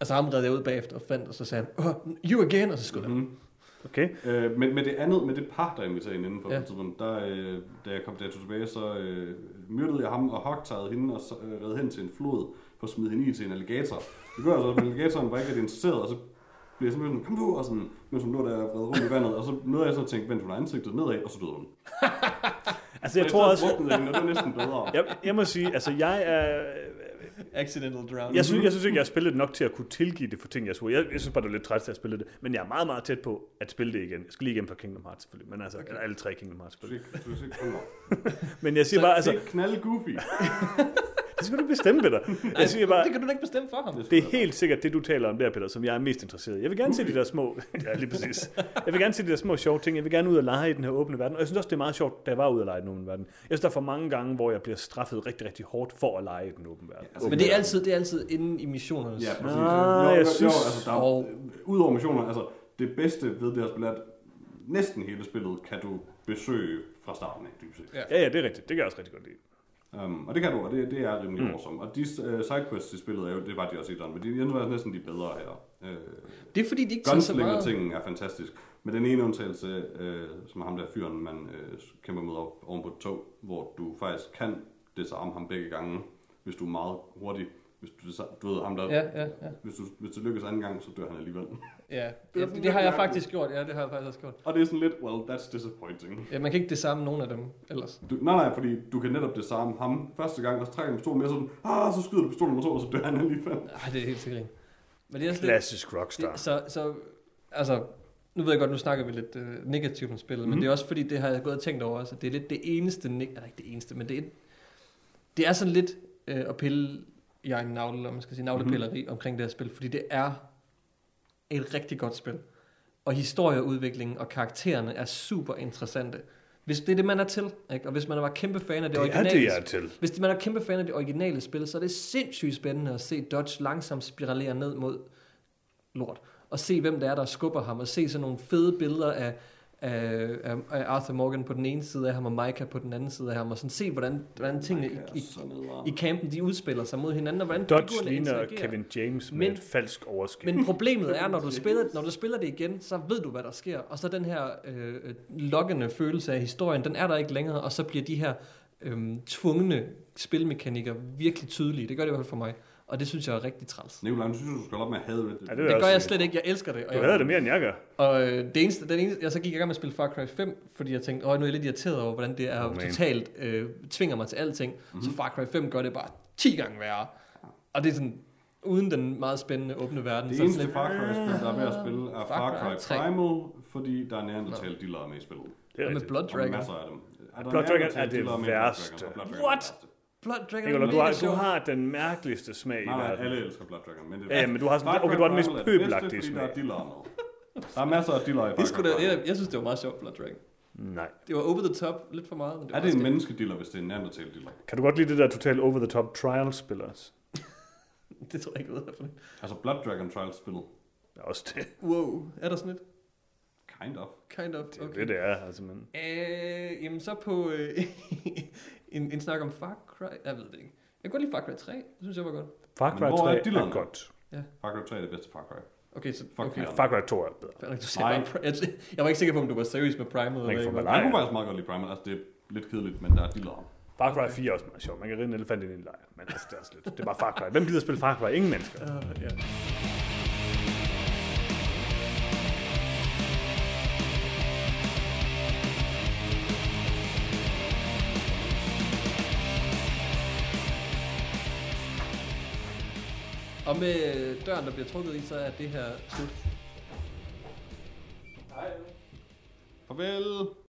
B: altså ham redde jeg ud bagefter og fandt, og så sagde han, oh, you again, og så skulle han.
C: Okay.
A: Øh, men med det andet, med det par, der inviterede hende indenfor ja.
B: Ja.
A: på et tidspunkt, der, øh, da jeg kom der tilbage, så øh, myrdede jeg ham og hogtejede hende og så, øh, redde hen til en flod for at smide hende i til en alligator. Det gør jeg så, men alligatoren var ikke rigtig interesseret, og så blev jeg simpelthen sådan, kom du, og sådan, mens hun lå der og vred rundt i vandet, og så nåede jeg så at tænke, vent, hun har ansigtet nedad, og så døde hun.
C: Altså, jeg tror også...
A: Druknede hende, og det var næsten bedre.
C: Jeg, jeg må sige, altså jeg er,
B: Accidental drowning.
C: Jeg synes, jeg synes ikke, jeg har spillet nok til at kunne tilgive det for ting, jeg så. Jeg, jeg synes bare, det er lidt træt til at spille det. Men jeg er meget, meget tæt på at spille det igen. Jeg skal lige igennem for Kingdom Hearts, selvfølgelig. Men altså, okay. alle tre Kingdom Hearts,
A: Du skal
C: selvfølgelig.
A: ikke- du skal ikke- kom nu.
C: Altså- Men jeg siger bare,
A: Det
C: altså,
A: er knald goofy.
C: Det skal du bestemme, Peter.
B: Nej,
C: Jeg siger bare,
B: det kan du da ikke bestemme for ham.
A: Det
C: det er helt sikkert det, du taler om der, Peter, som jeg er mest interesseret i. Jeg vil gerne se de der små... ja, lige præcis. Jeg vil gerne se de der små sjove ting. Jeg vil gerne ud og lege i den her åbne verden. Og jeg synes også, det er meget sjovt, da jeg var ude og lege i den åbne verden. Jeg synes, der er for mange gange, hvor jeg bliver straffet rigtig, rigtig hårdt for at lege i den åbne verden.
A: altså,
B: Men det er altid, det er altid inde i missionernes.
A: Ja, præcis.
C: Ah,
A: jo,
C: jeg
A: jo,
C: synes-
A: jo, altså, der er,
B: Og-
A: udover missioner, altså det bedste ved det her spil er, at næsten hele spillet kan du besøge fra starten af, dybt set.
B: Ja.
C: Ja, ja, det er rigtigt. Det kan jeg også rigtig godt lide.
A: Um, og det kan du, og det, det er rimelig mm. awesome. Og de uh, sidequests i spillet er jo, det var de også i den, men de jeg synes faktisk næsten de bedre her. Uh,
B: Det er fordi, de ikke tager så meget...
A: Gunslinger-tingen er fantastisk. Men den ene undtagelse, øh, som er ham der fyren, man øh, kæmper med op, oven på et tog, hvor du faktisk kan disarme ham begge gange, hvis du er meget hurtig. Hvis du, disar- du ved, ham der,
B: Ja, ja, ja.
A: Hvis, du, hvis det lykkes anden gang, så dør han alligevel.
B: Ja,
A: Det er
B: det, det, har jeg faktisk gjort. Ja, det har jeg faktisk også gjort.
A: Og det er sådan lidt, well, that's disappointing.
B: Ja, man kan ikke disarme nogen af dem ellers.
A: Du, nej, nej, fordi du kan netop disarme ham første gang, og så trækker han pistolen med sådan, ah, så skyder du pistolen nummer to, og så dør han alligevel.
B: Nej, det er helt sikkert. Men det er også lidt...
C: Klassisk
B: Det,
C: rockstar.
B: så, så, altså, nu ved jeg godt, nu snakker vi lidt øh, negativt om spillet,
C: Mhm.
B: mm-hmm. men det er også fordi, det har jeg gået og tænkt over også, at det er lidt det eneste, neg- eller ikke det eneste, men det er, det er sådan lidt øh, at pille i egen navle, om man skal sige navlepilleri
C: Mhm.
B: mm-hmm. omkring det her spil, fordi det er et rigtig godt spil. Og historieudviklingen og karaktererne er super interessante. Hvis det er det, man er til, ikke? og hvis man var kæmpe fan af det,
C: Det er
B: originale
C: det, jeg er til.
B: hvis man er kæmpe fan af det originale spil, så er det sindssygt spændende at se Dodge langsomt spiralere ned mod lort. Og se, hvem det er, der skubber ham. Og se sådan nogle fede billeder af, af, af af Arthur Morgan på den ene side af ham, og Micah på den anden side af ham. Og sådan se, hvordan, hvordan tingene
A: Micah er
B: i, i,
A: så nederen.
B: i campen de udspiller sig mod hinanden, og hvordan
C: Dodge
B: figurerne
C: ligner
B: interagerer.
C: Kevin James med
B: Men-
C: et falsk overskæg.
B: Men problemet er, når du, spiller, når du spiller det igen, så ved du, hvad der sker. Og så den her øh, øh, lokkende følelse af historien, den er der ikke længere. Og så bliver de her øh, tvungne spilmekanikker virkelig tydelige. Det gør det i hvert fald for mig. Og det synes jeg er rigtig træls.
A: Nikolaj, nu synes du, du skal op med at hade Red Dead.
C: Ja, det
B: Det gør
C: også-
B: jeg slet ikke. Jeg elsker det. Og
C: Du
B: jeg,
C: havde det mere, end jeg gør.
B: og øh, det eneste, den eneste, jeg så gik jeg i gang med at spille Far Cry 5, fordi jeg tænkte, åh, nu er jeg lidt irriteret over, hvordan det er
C: Oh,
B: oh,
C: man.
B: totalt øh, tvinger mig til alting. Mm-hmm. Så Far Cry 5 gør det bare 10 gange værre. Og det er sådan, uden den meget spændende åbne verden.
A: Det
B: så er det
A: eneste
B: sådan
A: Far Cry-spil, der er ved at spille, er Far Cry
B: tre.
A: Primal, fordi der er nærende dealer med i spillet.
C: Det er
B: lidt, med
C: rigtigt.
B: Blood
A: Og
B: Dragon.
A: masser af dem. Er der
C: Blood Dragon
A: nærende
C: er det
A: dealere med Blood
C: værste.
A: Dragon, og Blood Dragon er
B: What?
A: det værste?
B: Blood Dragon
C: Nicolai, du,
B: er
C: har,
B: mega
C: du
B: sjov.
C: har den mærkeligste smag i
A: Nej, nej,
C: verden.
A: alle elsker Blood Dragon, men det er
C: Ja, ja, men du har sådan-
A: Far Cry
C: okay, du har den mest
A: Primal er det bedste,
C: pøbelagtige
A: fordi Der er
C: smag.
A: dealere med. Der er masser af dealere i Far
B: Det skulle da,
A: Cry.
B: jeg, jeg synes, det var meget sjovt, Blood Dragon.
C: Nej.
B: Det var over the top, lidt for meget. Men det var
A: Er det en
B: meget
A: menneskedealer, hvis det er en Neandertal dealer?
C: Kan du godt lide det der totalt over-the-top trial-spil også?
B: skægt. Det tror jeg ikke, jeg ved derfor.
A: Altså Blood Dragon Trials spillet.
C: Ja, Også det.
B: Wow, er der sådan et?
A: Kind of.
B: Kind of.
C: Det er okay.
B: Okay.
C: det, det er. Altså, men...
B: Øh, jamen så på øh, en, en snak om Far Cry. Jeg ved det ikke. Jeg kan godt lide Far Cry 3. Det synes jeg var godt.
C: Far Cry
A: Men hvor er
C: 3 er,
A: dillerne?
C: godt.
A: Far Cry 3 er det bedste Far Cry.
B: Okay, så...
A: Fuck
B: okay.
A: yeah.
C: Far Cry 2 er bedre.
B: Fair nok, Du sagde bare,
A: Nej.
B: Pri- jeg, jeg, var ikke sikker på, om du var seriøs med Primal.
C: Man
B: Eller
C: kan få
B: ikke.
A: Jeg
C: balade.
A: kunne faktisk meget godt lide Primal. Altså det er lidt kedeligt, men der er dealere.
C: Far Cry 4 er også meget sjov. Man kan ride en elefant ind i en lejr. Men altså, det er også lidt. Det er bare Far Cry. Hvem gider spille Far Cry? Ingen mennesker.
B: Uh, ja. Og med døren, der bliver trukket i, så er det her slut.
A: Farvel.